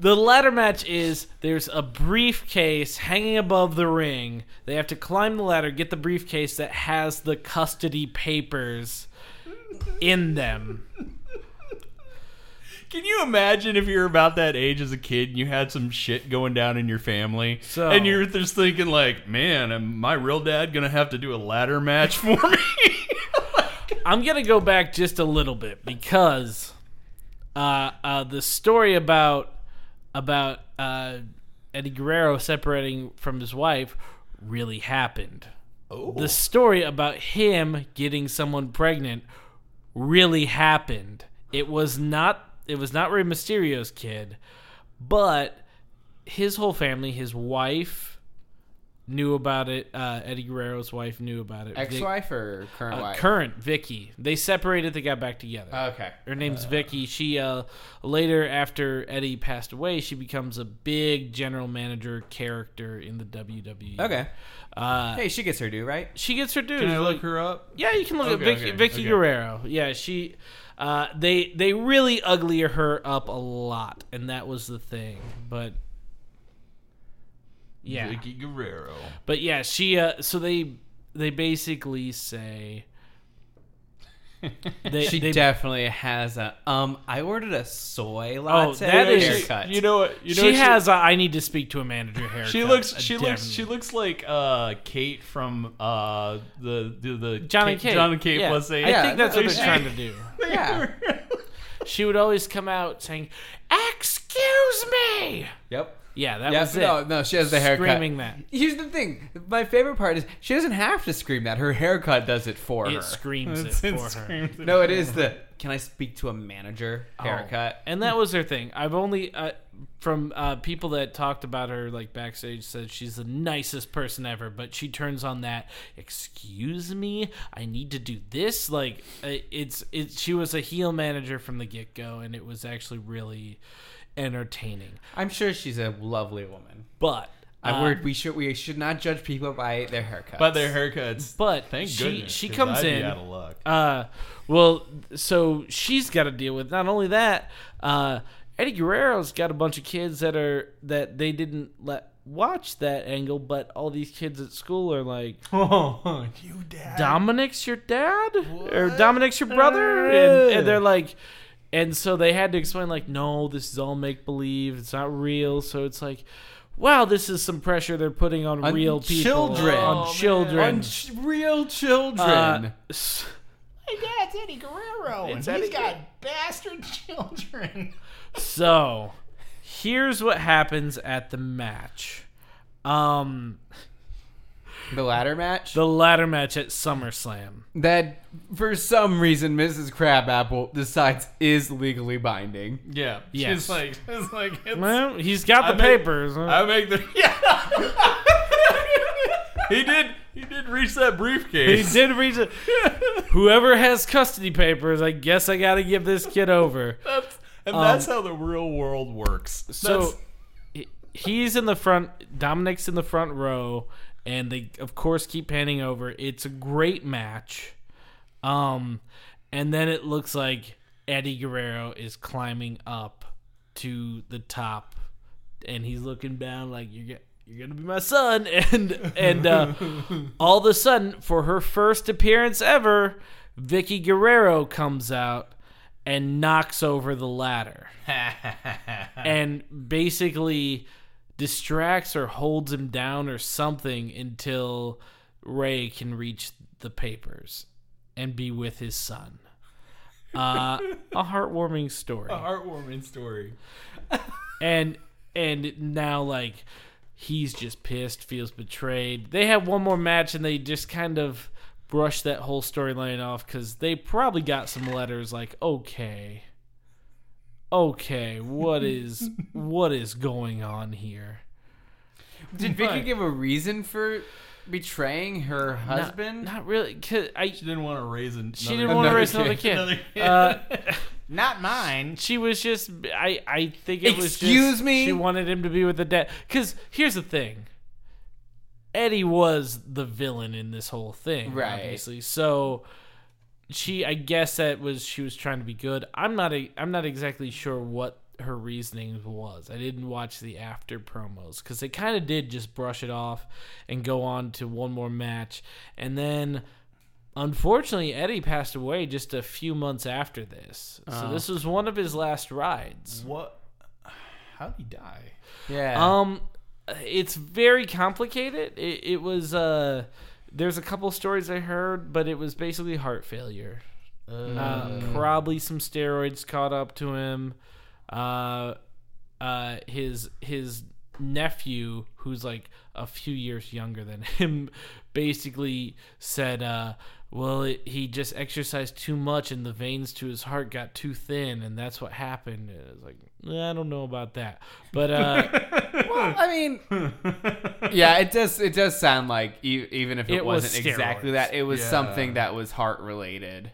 the ladder match is there's a briefcase hanging above the ring. They have to climb the ladder, get the briefcase that has the custody papers in them.
Can you imagine if you were about that age as a kid and you had some shit going down in your family,
So-
and you're just thinking like, "Man, am my real dad gonna have to do a ladder match for me?"
[LAUGHS] I'm gonna go back just a little bit because uh, uh, the story about about uh, Eddie Guerrero separating from his wife really happened.
oh,
The story about him getting someone pregnant really happened. It was not it was not Rey Mysterio's kid, but his whole family, his wife knew about it. Uh, Eddie Guerrero's wife knew about it. Vic-
Ex-wife or current
uh,
wife?
current Vicky. They separated. They got back together.
okay.
Her name's Vicky. She uh, later, after Eddie passed away, she becomes a big general manager character in the WWE.
Okay.
Uh,
Hey, she gets her due, right?
She gets her dues.
can I look
Like-
her up?
yeah, you can look
Okay,
at Vicky,
okay,
Vicky
okay.
Guerrero. Yeah, she. Uh, they they really uglier her up a lot, and that was the thing. But yeah,
Vicky Guerrero.
but yeah, she. Uh, so they they
[LAUGHS]
basically say they,
She
they
definitely has a. Um, I ordered a soy latte
Oh, that is-
haircut.
You know what? You know
she
what
has. A, I need to speak to a manager here.
She looks. She
Uh,
looks. She looks like uh, Kate from uh, the the, the
Johnny
Kate,
Cage.
John and Kate
Yeah.
was a.
I
I think that's what
Yeah, [LAUGHS]
they're
she-
trying to do. [LAUGHS]
yeah.
She would always come out saying, "Excuse me."
Yep.
Yeah, that
Yeah,
was it.
no, no, she has the haircut.
Screaming that.
Here's the thing. My favorite part is she doesn't have to scream that. Her haircut does it for her.
It screams
[LAUGHS]
it
It's-
for
it
her.
screams
no, it is the. Can I speak to a manager haircut?
And that was her thing. I've only uh, from uh, people that talked about her like backstage said she's the nicest person ever, but she turns on that excuse me, I need to do this like uh, it's it she was a heel manager from the get-go and it was actually really entertaining.
I'm sure she's a lovely woman.
But
I
uh,
word we should we should not judge people by their haircuts.
By their haircuts.
but
Thank
she
goodness.
she
'cause
comes
I'd be
in
out of luck.
Uh, well, so she's got to deal with not only that. Uh, Eddie Guerrero's got a bunch of kids that are that they didn't let watch that angle, but all these kids at school are like,
[LAUGHS] Oh, you dad.
Dominic's your dad or
What?
Dominic's your brother,
Ugh.
and, and they're like, and so they had to explain like, no, this is all make believe. It's not real. So it's like. Wow, this is some pressure they're putting on,
On
real people,
children.
Oh,
on
man.
children,
on ch- real children.
Uh, s-
Hey, Dad's Eddie Guerrero, Oh, and
Eddie
he's got bastard [LAUGHS] children.
So, here's what happens at the match. Um,
the ladder match.
the ladder match at SummerSlam.
that for some reason Mrs. Crabapple decides is legally binding.
Yeah.
Yes.
She's like, it's like, it's,
Well, he's got the
I make-
papers. huh?
I make the. [LAUGHS] Yeah. he did. He did reach that
he
briefcase.
did
[LAUGHS]
reach it. Whoever has custody papers, I guess I got to give this kid over.
That's, and that's how the real world works.
Um, So
That's-
he- he's in the front. Dominic's in the front row, and they of course keep panning over. It's a great match. Um, and then it looks like Eddie Guerrero is climbing up to the top, and he's looking down like you're. go- You're gonna be my son, [LAUGHS] and and uh, all of a sudden, for her first appearance ever, Vicky Guerrero comes out and knocks over the ladder
[LAUGHS]
[LAUGHS] and basically distracts or holds him down or something until Ray can reach the papers and be with his son. Uh, a heartwarming story.
a heartwarming story.
And and now like he's just pissed, feels betrayed. They have one more match and they just kind of brush that whole storyline off cuz they probably got some letters like okay okay what
[LAUGHS]
is what is going on here
Did Vicky give a reason for betraying her
Not-
husband?
Not, really. 'cause I
She didn't want to raise an-
she
another
didn't want to
Another
raise another
kid.
kid.
Another kid.
Uh,
Not mine.
she was just. I I think it was. just-
Excuse me?
She wanted him to be with the dad. Because here's the thing. Eddie was the villain in this whole thing,
Right.
obviously. So she, I guess that was she was trying to be good. I'm not. A, I'm not exactly sure what her reasoning was. I didn't watch the after promos because they kind of did just brush it off and go on to one more match, and then. Unfortunately, Eddie passed away just a few months after this. So this was one of his last rides.
What? How'd he [LAUGHS] die?
Yeah.
Um, it's very complicated. It, it was uh, there's a couple stories I heard, but it was basically heart failure. Uh, probably some steroids caught up to him. Uh, uh, his his nephew, who's like a few years younger than [LAUGHS] him, basically said, uh, "Well, it, he just exercised too much, and the veins to his heart got too thin, and that's what happened." And it's like, "Eh, I don't know about that, but uh,
well, I mean, [LAUGHS] yeah, it does. It does sound like e- even if it,
It was
wasn't exactly
steroids.
that, it was
Yeah.
something that was heart related.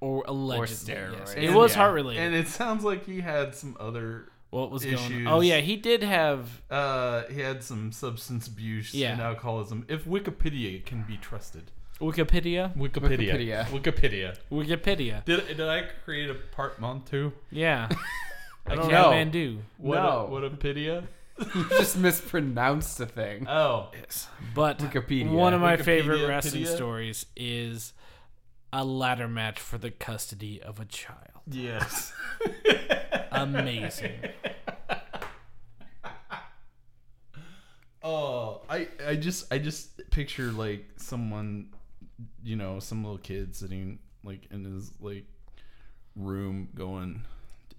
or allegedly, yes.
steroids.
it
And-
was
yeah.
heart related.
And it sounds like he had some other.
what was going?
issues.
on? Oh yeah, he did have
Uh, he had some substance abuse
Yeah.
and alcoholism. If Wikipedia can be trusted,
Wikipedia.
Wikipedia.
Wikipedia.
Wikipedia.
Wikipedia.
Did did I create a part montu?
Yeah. I
don't know.
Kathmandu.
What
No.
A, what a pidia.
You just mispronounced the thing.
Oh,
But
Wikipedia.
one of my
Wikipedia,
favorite wrestling
Pedia.
stories is a ladder match for the custody of a child.
yes.
Amazing.
Oh, I I just I just picture like someone, you know, some little kid sitting like in his like room going.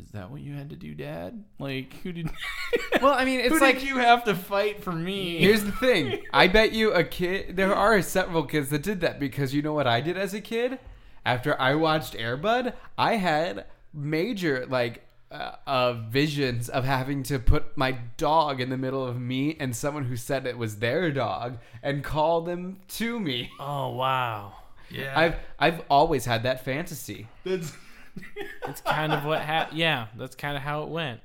Is that what you had to do, Dad? Like, who did? [LAUGHS]
well, I mean,
Who
it's
did
like
you have to fight for me?
Here's the thing. I bet you a kid. There are several kids that did that because you know what I did as a kid. After I watched Airbud, I had major like uh, uh, visions of having to put my dog in the middle of me and someone who said it was their dog and call them to me.
Oh wow.
yeah,
I've I've always had that fantasy.
that's
That's kind of what happened. Yeah, that's kind of how it went.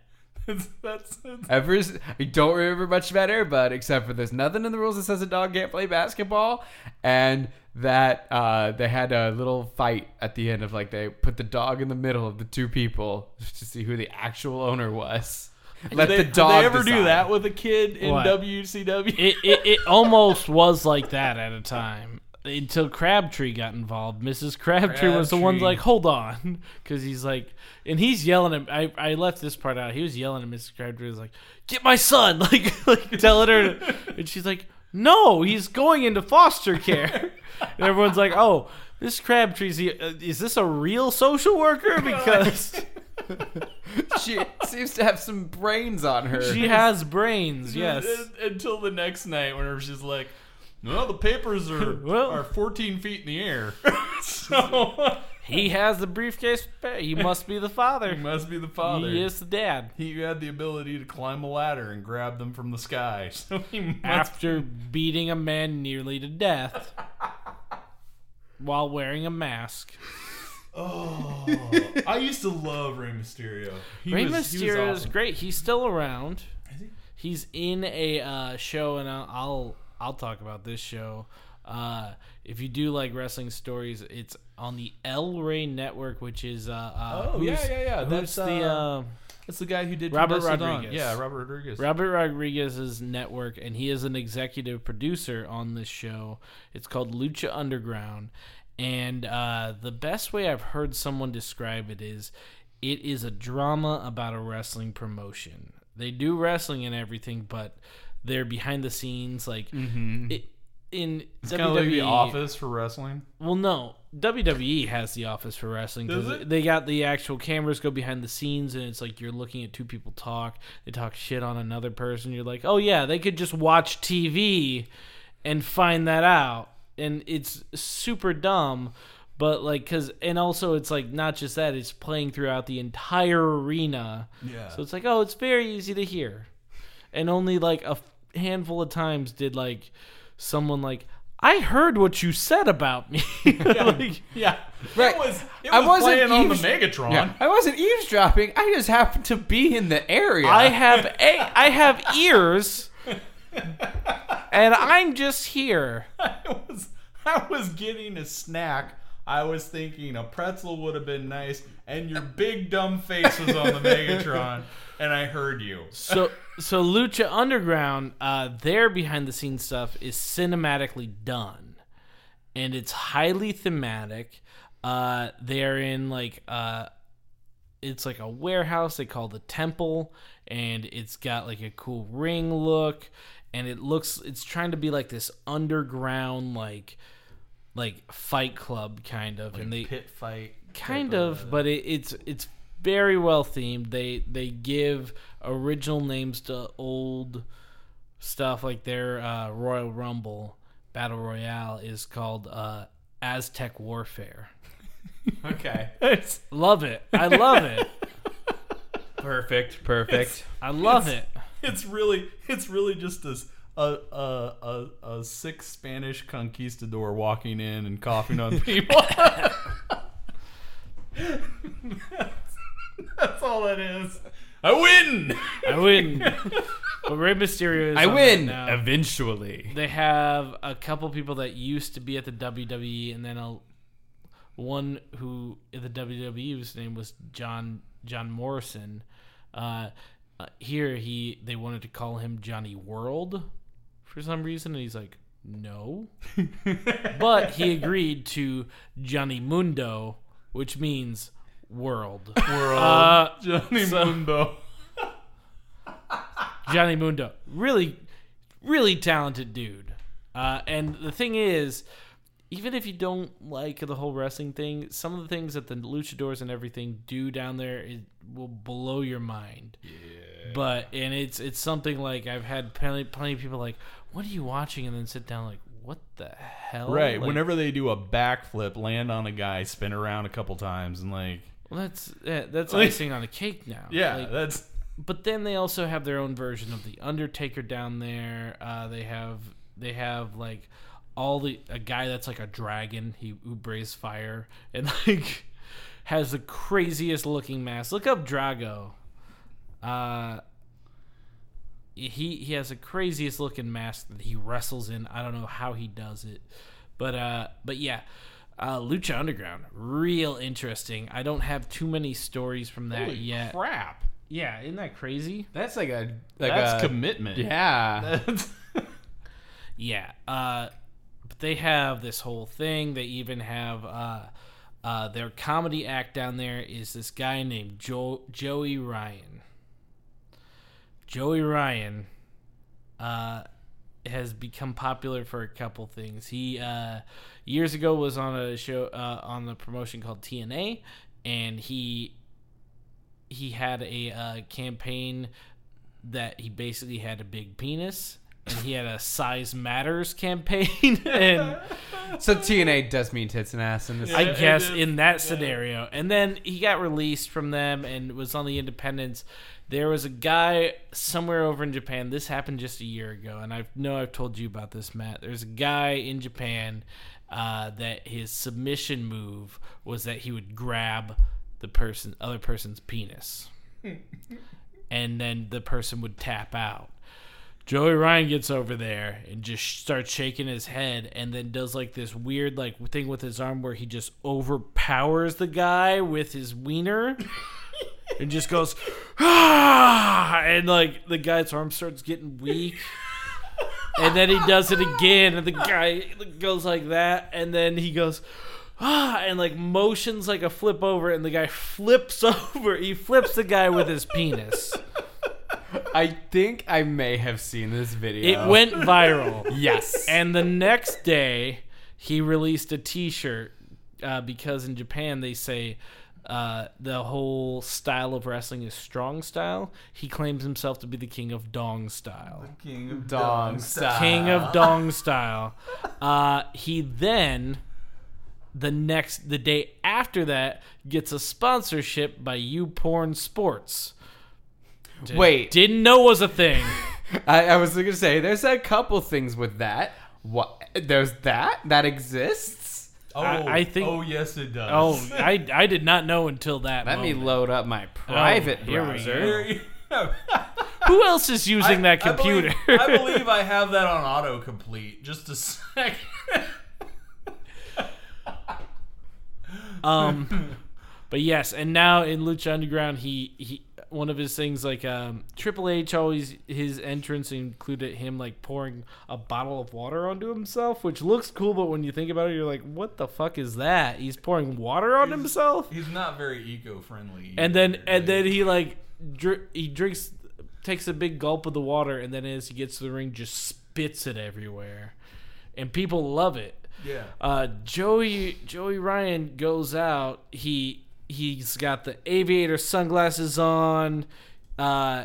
that's that's, that's
Ever, s- I don't remember much about Airbud except for there's nothing in the rules that says a dog can't play basketball, and that uh, they had a little fight at the end of like they put the dog in the middle of the two people to see who the actual owner was. Let
They-
the
did
dog.
They ever do
decide.
that with a kid in
What?
WCW?
It, it it almost was like that at a time until Crabtree got involved. Mrs. Crabtree, was the one
Crabtree.
like, "Hold on," [LAUGHS] because he's like, and he's yelling at. I I left this part out. He was yelling at Mrs. Crabtree. He was like, "Get my son!" [LAUGHS] Like like telling her, and she's like, "No, he's going into foster care." [LAUGHS] and everyone's like, "Oh." This Crabtree's the- uh, is this a real social worker? Because
[LAUGHS]
She seems to have some brains on her.
she has brains, yes.
Until the next night, whenever she's like, "Well, the papers
[LAUGHS]
are
Well-
are 14 feet in the air, [LAUGHS]
[LAUGHS]
so [LAUGHS]
He has the briefcase. He must be the
he
father.
must be the father."
He is the dad.
He had the ability to climb a ladder and grab them from the sky, [LAUGHS] so he must.
After beating a man nearly to death [LAUGHS] while wearing a mask.
[LAUGHS] oh, I used to love Rey Mysterio. He
Rey
was- he was
Mysterio is
awesome.
great. He's still around.
Is he?
He's in a uh, show, and I'll, I'll I'll talk about this show. Uh, if you do like wrestling stories, it's on the El Rey Network, which is uh, uh
Oh, yeah,
who's-
yeah, yeah.
who's
That's,
the
uh,
uh,
That's the guy who did
Robert
From Dust to Dawn.
Rodriguez.
Yeah, Robert Rodriguez.
Robert Rodriguez's network, and he is an executive producer on this show. It's called Lucha Underground, and uh, the best way I've heard someone describe it is, it is a drama about a wrestling promotion. They do wrestling and everything, but they're behind the scenes, like it, in E
Kind of Mm-hmm. like the
WWE
Office for wrestling.
well, no. WWE has the office for wrestling. 'cause
Does it?
They got the actual cameras go behind the scenes, and it's like you're looking at two people talk. They talk shit on another person. You're like, oh yeah, they could just watch TV and find that out. And it's super dumb, but like, cause and also it's like not just that; it's playing throughout the entire arena.
Yeah.
So it's like, oh, it's very easy to hear. And only like a f- handful of times did like someone like, I heard what you said about me. [LAUGHS] Like,
[LAUGHS] Yeah,
Right.
It was. It was
I wasn't
playing on the
eaves-
Megatron.
Yeah. I wasn't eavesdropping. I just happened to be in the area.
I
[LAUGHS]
have a I have ears, and I'm just here.
[LAUGHS] I was. I was getting a snack. I was thinking a pretzel would have been nice, and your big dumb face was on the Megatron, and I heard you.
So so Lucha Underground, uh, their behind the scenes stuff is cinematically done, and it's highly thematic. Uh, they're in like uh, it's like a warehouse they call the temple, and it's got like a cool ring look, and it looks it's trying to be like this underground like like Fight Club kind of, and they
Pit fight.
kind of but it, it's it's very well themed they they give original names to old stuff like their uh, royal rumble battle royale is called uh, aztec warfare
okay.
it's, love it i love it
Perfect. Perfect.
i love it
It's really. It's really just this. A, a, a, a sick Spanish conquistador walking in and coughing
[LAUGHS]
on people. that's all it is. I win!
i win but Rey Mysterio is
I
on right
win
now.
eventually.
they have a couple people that used to be at the WWE, and then a one who in the WWE whose name was John John Morrison. Uh, uh, here he they wanted to call him Johnny World for some reason, and he's like, no, but he agreed to Johnny Mundo, which means world.
[LAUGHS] We're all
Uh,
Johnny Mundo.
Johnny Mundo. Really, really talented dude. Uh, and the thing is, even if you don't like the whole wrestling thing, some of the things that the luchadors and everything do down there it will blow your mind. But and it's it's something like I've had plenty plenty of people like, what are you watching? And then sit down like, what the hell?
Right.
Like,
whenever they do a backflip, land on a guy, spin around a couple times, and like,
well, that's eh, that's
Like-
icing on the cake now.
yeah,
Like,
that's
but then they also have their own version of the Undertaker down there. Uh, they have they have like all the a guy that's like a dragon he who breathes fire and [LAUGHS] like has the craziest looking mask. Look up Drago. Uh, he he has the craziest looking mask that he wrestles in. I don't know how he does it, but uh, but yeah. Uh, Lucha Underground, real interesting. I don't have too many stories from that yet.
crap.
Yeah, isn't that crazy?
That's like a like
That's
a
commitment.
yeah.
That's-
Yeah. Uh, but they have this whole thing. They even have uh, uh, their comedy act down there is this guy named jo- Joey Ryan. Joey Ryan uh, has become popular for a couple things. He uh, years ago was on a show uh, on the promotion called TNA, and he he had a uh, campaign that he basically had a big penis and he had a size matters campaign [LAUGHS] and
[LAUGHS] So TNA does mean tits and ass in this.
I
Yeah, it
guess
is.
in that scenario. And then he got released from them and was on the Independents. There was a guy somewhere over in Japan. This happened just a year ago, and I know I've told you about this, Matt. There's a guy in Japan uh, that his submission move was that he would grab the person, other
[LAUGHS]
person's penis, and then the person would tap out. Joey Ryan gets over there and just starts shaking his head and then does like this weird like thing with his arm where he just overpowers the guy with his wiener and just goes ah! and like the guy's arm starts getting weak and then he does it again and the guy goes like that and then he goes ah and like motions like a flip over and the guy flips [LAUGHS] over he flips the guy with his penis
I think I may have seen this video.
it went viral [LAUGHS]
Yes.
And the next day, he released a T-shirt uh, because in Japan they say uh, the whole style of wrestling is strong style. He claims himself to be the king of dong style.
King of
Dong style.
King
[LAUGHS]
of dong style. Uh, he then the next the day after that gets a sponsorship by YouPorn Sports.
Wait,
Didn't know was a thing.
I, I was gonna say there's a couple things with that. What? There's that? That exists?
Oh,
I- I think-
Oh, yes, it does.
Oh,
[LAUGHS]
I, I did not know until that.
Let me
moment. Oh,
load up my private
here we
browser.
go.
There [LAUGHS] you-
Who else is using that
I- I believe-
computer?
I believe, I have that on autocomplete. Just a sec.
[LAUGHS]
[LAUGHS]
um, but yes, and now in Lucha Underground, he he one of his things like um, Triple H always his entrance included him like pouring a bottle of water onto himself, which looks cool, but when you think about it, you're like, what the fuck is that? He's pouring water on himself,
He's not very eco-friendly.
and then
either,
and
right?
then he like dr- he drinks takes a big gulp of the water, and then as he gets to the ring, just spits it everywhere, and people love it.
yeah.
Uh, Joey Joey Ryan goes out. He he's got the aviator sunglasses on. Uh,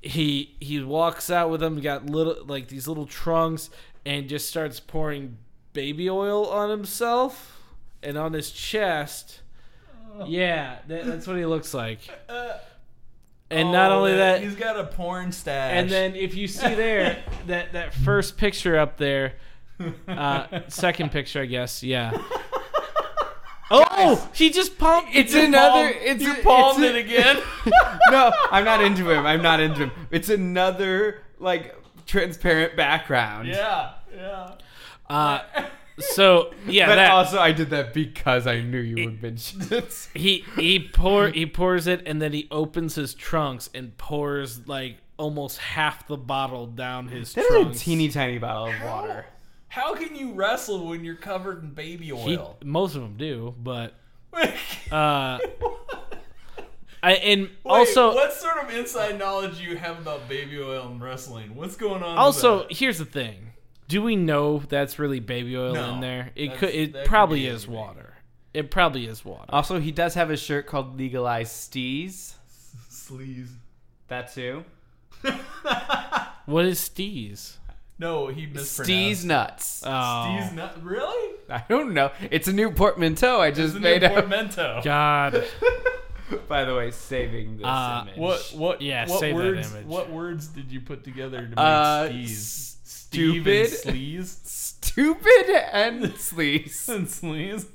he he walks out with them. Got little like these little trunks, and just starts pouring baby oil on himself and on his chest. Yeah, that, that's what he looks like. Uh, And not
Oh,
only
man,
that,
he's got a porn stash. [LAUGHS]
and then if you see there that that first picture up there, uh, second picture, I guess. Yeah. Oh, he just pumped.
It's
he just
another.
palmed-
It's
you
a-
palmed
it's
it
a-
again.
[LAUGHS] no, I'm not into him. I'm not into him. It's another like transparent background.
yeah, yeah.
[LAUGHS] Uh, so yeah,
But
that
also, I did that because I knew you would [LAUGHS] mention it.
he he pour he pours it and then he opens his trunks and pours like almost half the bottle down his
That is a
trunks.
teeny tiny bottle of water.
How can you wrestle when you're covered in baby
He-
oil? [LAUGHS]
most of them do, but uh, I
[LAUGHS]
and
Wait,
also
what sort of inside knowledge do you have about baby oil and wrestling? What's going on? with
Also,
that?
here's the thing: Do we know that's really baby oil
No.
in there? It
That's-
could.
that
It
could
probably
be
is
anything.
water. It probably is water. Uh,
Also, he does have a shirt called Legalized Steez.
sleaze.
That too.
what is steez?
[LAUGHS] no, he
Steez
mispronounced.
Nuts.
Oh
Steez not really.
Uh, I don't know. It's a new portmanteau I
It's
just
a new
made up.
portmanteau.
God!
[LAUGHS]
By the way, saving this
Uh,
image.
What? What?
Yeah,
What
save that
words?
image.
What words did you put together to make
Uh,
steez?
s-
Steve and
stupid.
sleaze
Stupid and sleaze. [LAUGHS]
and sleaze.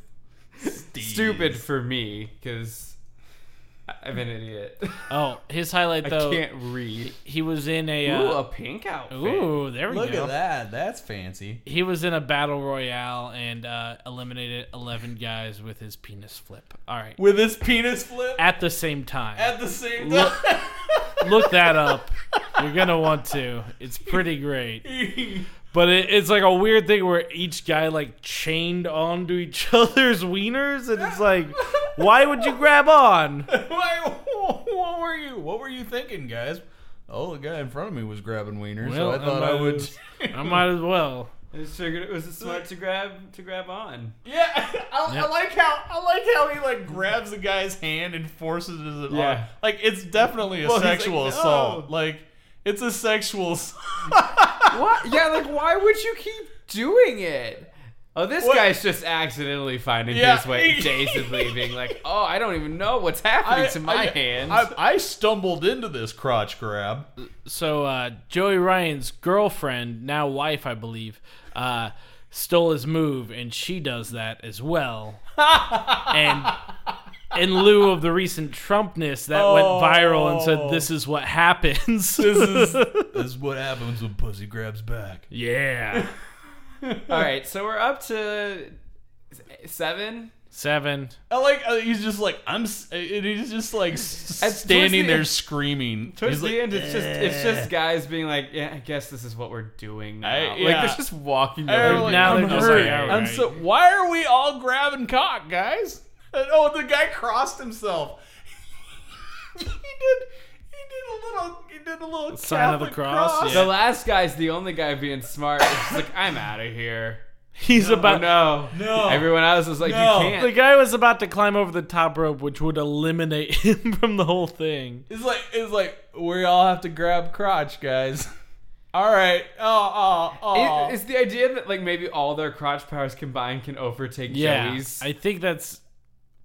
Steez.
Stupid for me, because I'm an idiot. [LAUGHS]
Oh, his highlight
I
though.
can't read.
He was in a.
Ooh, a
Uh,
pink
ooh,
outfit.
there we
Look
go.
at that. That's fancy.
He was in a battle royale and uh, eliminated eleven guys with his penis flip. All right,
With his penis flip
at the same time.
at the same
Look-
time.
Look that up. You're gonna want to. It's pretty great. But it, it's like a weird thing where each guy like chained onto each [LAUGHS] other's wieners, and it's like, why would you grab on?
[LAUGHS] Why, what were you? What were you thinking, guys? Oh, the guy in front of me was grabbing wieners, so
Well,
I thought
I
I would.
was- I might as well.
I just figured it was smart to grab to grab on.
yeah, [LAUGHS] I,
Yeah.
I like how I like how he like grabs the guy's hand and forces it
Yeah.
on. Like it's definitely a
Well, he's like,
sexual
"No."
assault. Like it's a sexual. [LAUGHS] ass-
What? Yeah, like why would you keep doing it? Oh, this
What-
guy's just accidentally finding
Yeah.
his way. Jason's leaving, like, [LAUGHS] oh, I don't even know what's happening
I,
to my
I-
hands.
I, I stumbled into this crotch grab.
So uh, Joey Ryan's girlfriend, now wife, I believe, uh, stole his move, and she does that as
[LAUGHS]
well. and in lieu of the recent Trumpness that went viral and
Oh.
said, "This is what
[LAUGHS]
happens."
This is [LAUGHS] this is what happens when pussy grabs back.
[LAUGHS]
yeah,
All right, so we're up to s- seven.
[LAUGHS] seven.
I like uh, he's just like I'm. s- And he's just like s-
At-
standing
towards the
there
end-
screaming. He's
Towards the
like, "Eh."
end, it's just it's just guys being like, yeah, I guess this is what we're doing now.
I-
Like
yeah.
they're just walking.
I
away.
don't like-
now
I'm
they're just
hurt.
like, all
I'm
right.
so. Why are we all grabbing cock, guys? And, oh, the guy crossed himself. [LAUGHS] he did. He did a little. He did a little
Sign of the
Catholic
cross, yeah.
The last guy's the only guy being smart. It's just like I'm out of here.
He's
Oh
about
no!
No.
Everyone else is like,
No.
you can't.
The guy was about to climb over the top rope, which would eliminate [LAUGHS] him from the whole thing.
It's like it's like we all have to grab crotch, guys. [LAUGHS] All right. Oh, oh, oh.
It- It's the idea that like maybe all their crotch powers combined can overtake
Yeah,
Joey's.
I think that's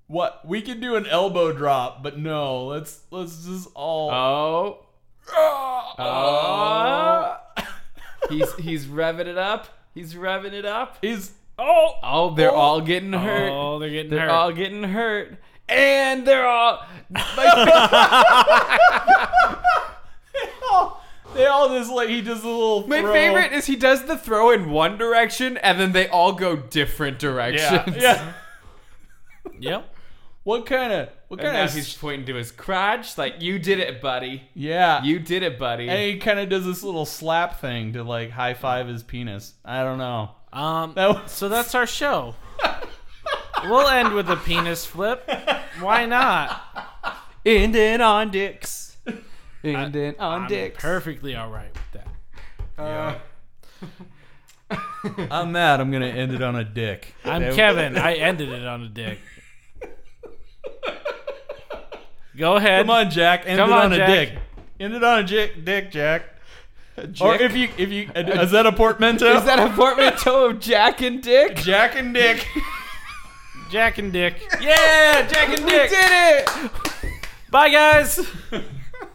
what we can do an elbow drop, but no. Let's let's just all.
oh,
Uh,
[LAUGHS] Oh.
[LAUGHS] he's he's revving it up. He's revving it up.
Is
Oh,
Oh, they're all getting hurt.
oh, they're getting
they're
hurt.
all getting hurt. And they're all.
[LAUGHS]
My-
oh, [LAUGHS] they all just like he does a little.
My
throw.
favorite is he does the throw in one direction and then they all go different
Yeah.
directions. [LAUGHS]
yeah.
Yep.
What kind of what
And
kind
now
of
he's pointing to his crotch, like, you did it, buddy.
yeah?
You did it, buddy.
and he kind of does this little slap thing to like high five his penis. I don't know.
Um,
That was- [LAUGHS]
so that's our show. we'll end with a penis flip. Why not?
Ending on [LAUGHS] dicks. Ending on
I'm
dicks.
perfectly all right with that.
Yeah. I'm mad. I'm gonna end it on a dick.
I'm
That-
Kevin. I ended it on a dick. Go ahead.
Come on, Jack. End
Come
it
on,
on, a
Jack.
dick. End it on a jick, dick, Jack. Or
Jick?
if you if you is that a portmanteau?
Is that a portmanteau [LAUGHS] of Jack and Dick?
Jack and Dick?
Jack and Dick.
Yeah, Jack and Dick. We did it.
Bye, guys.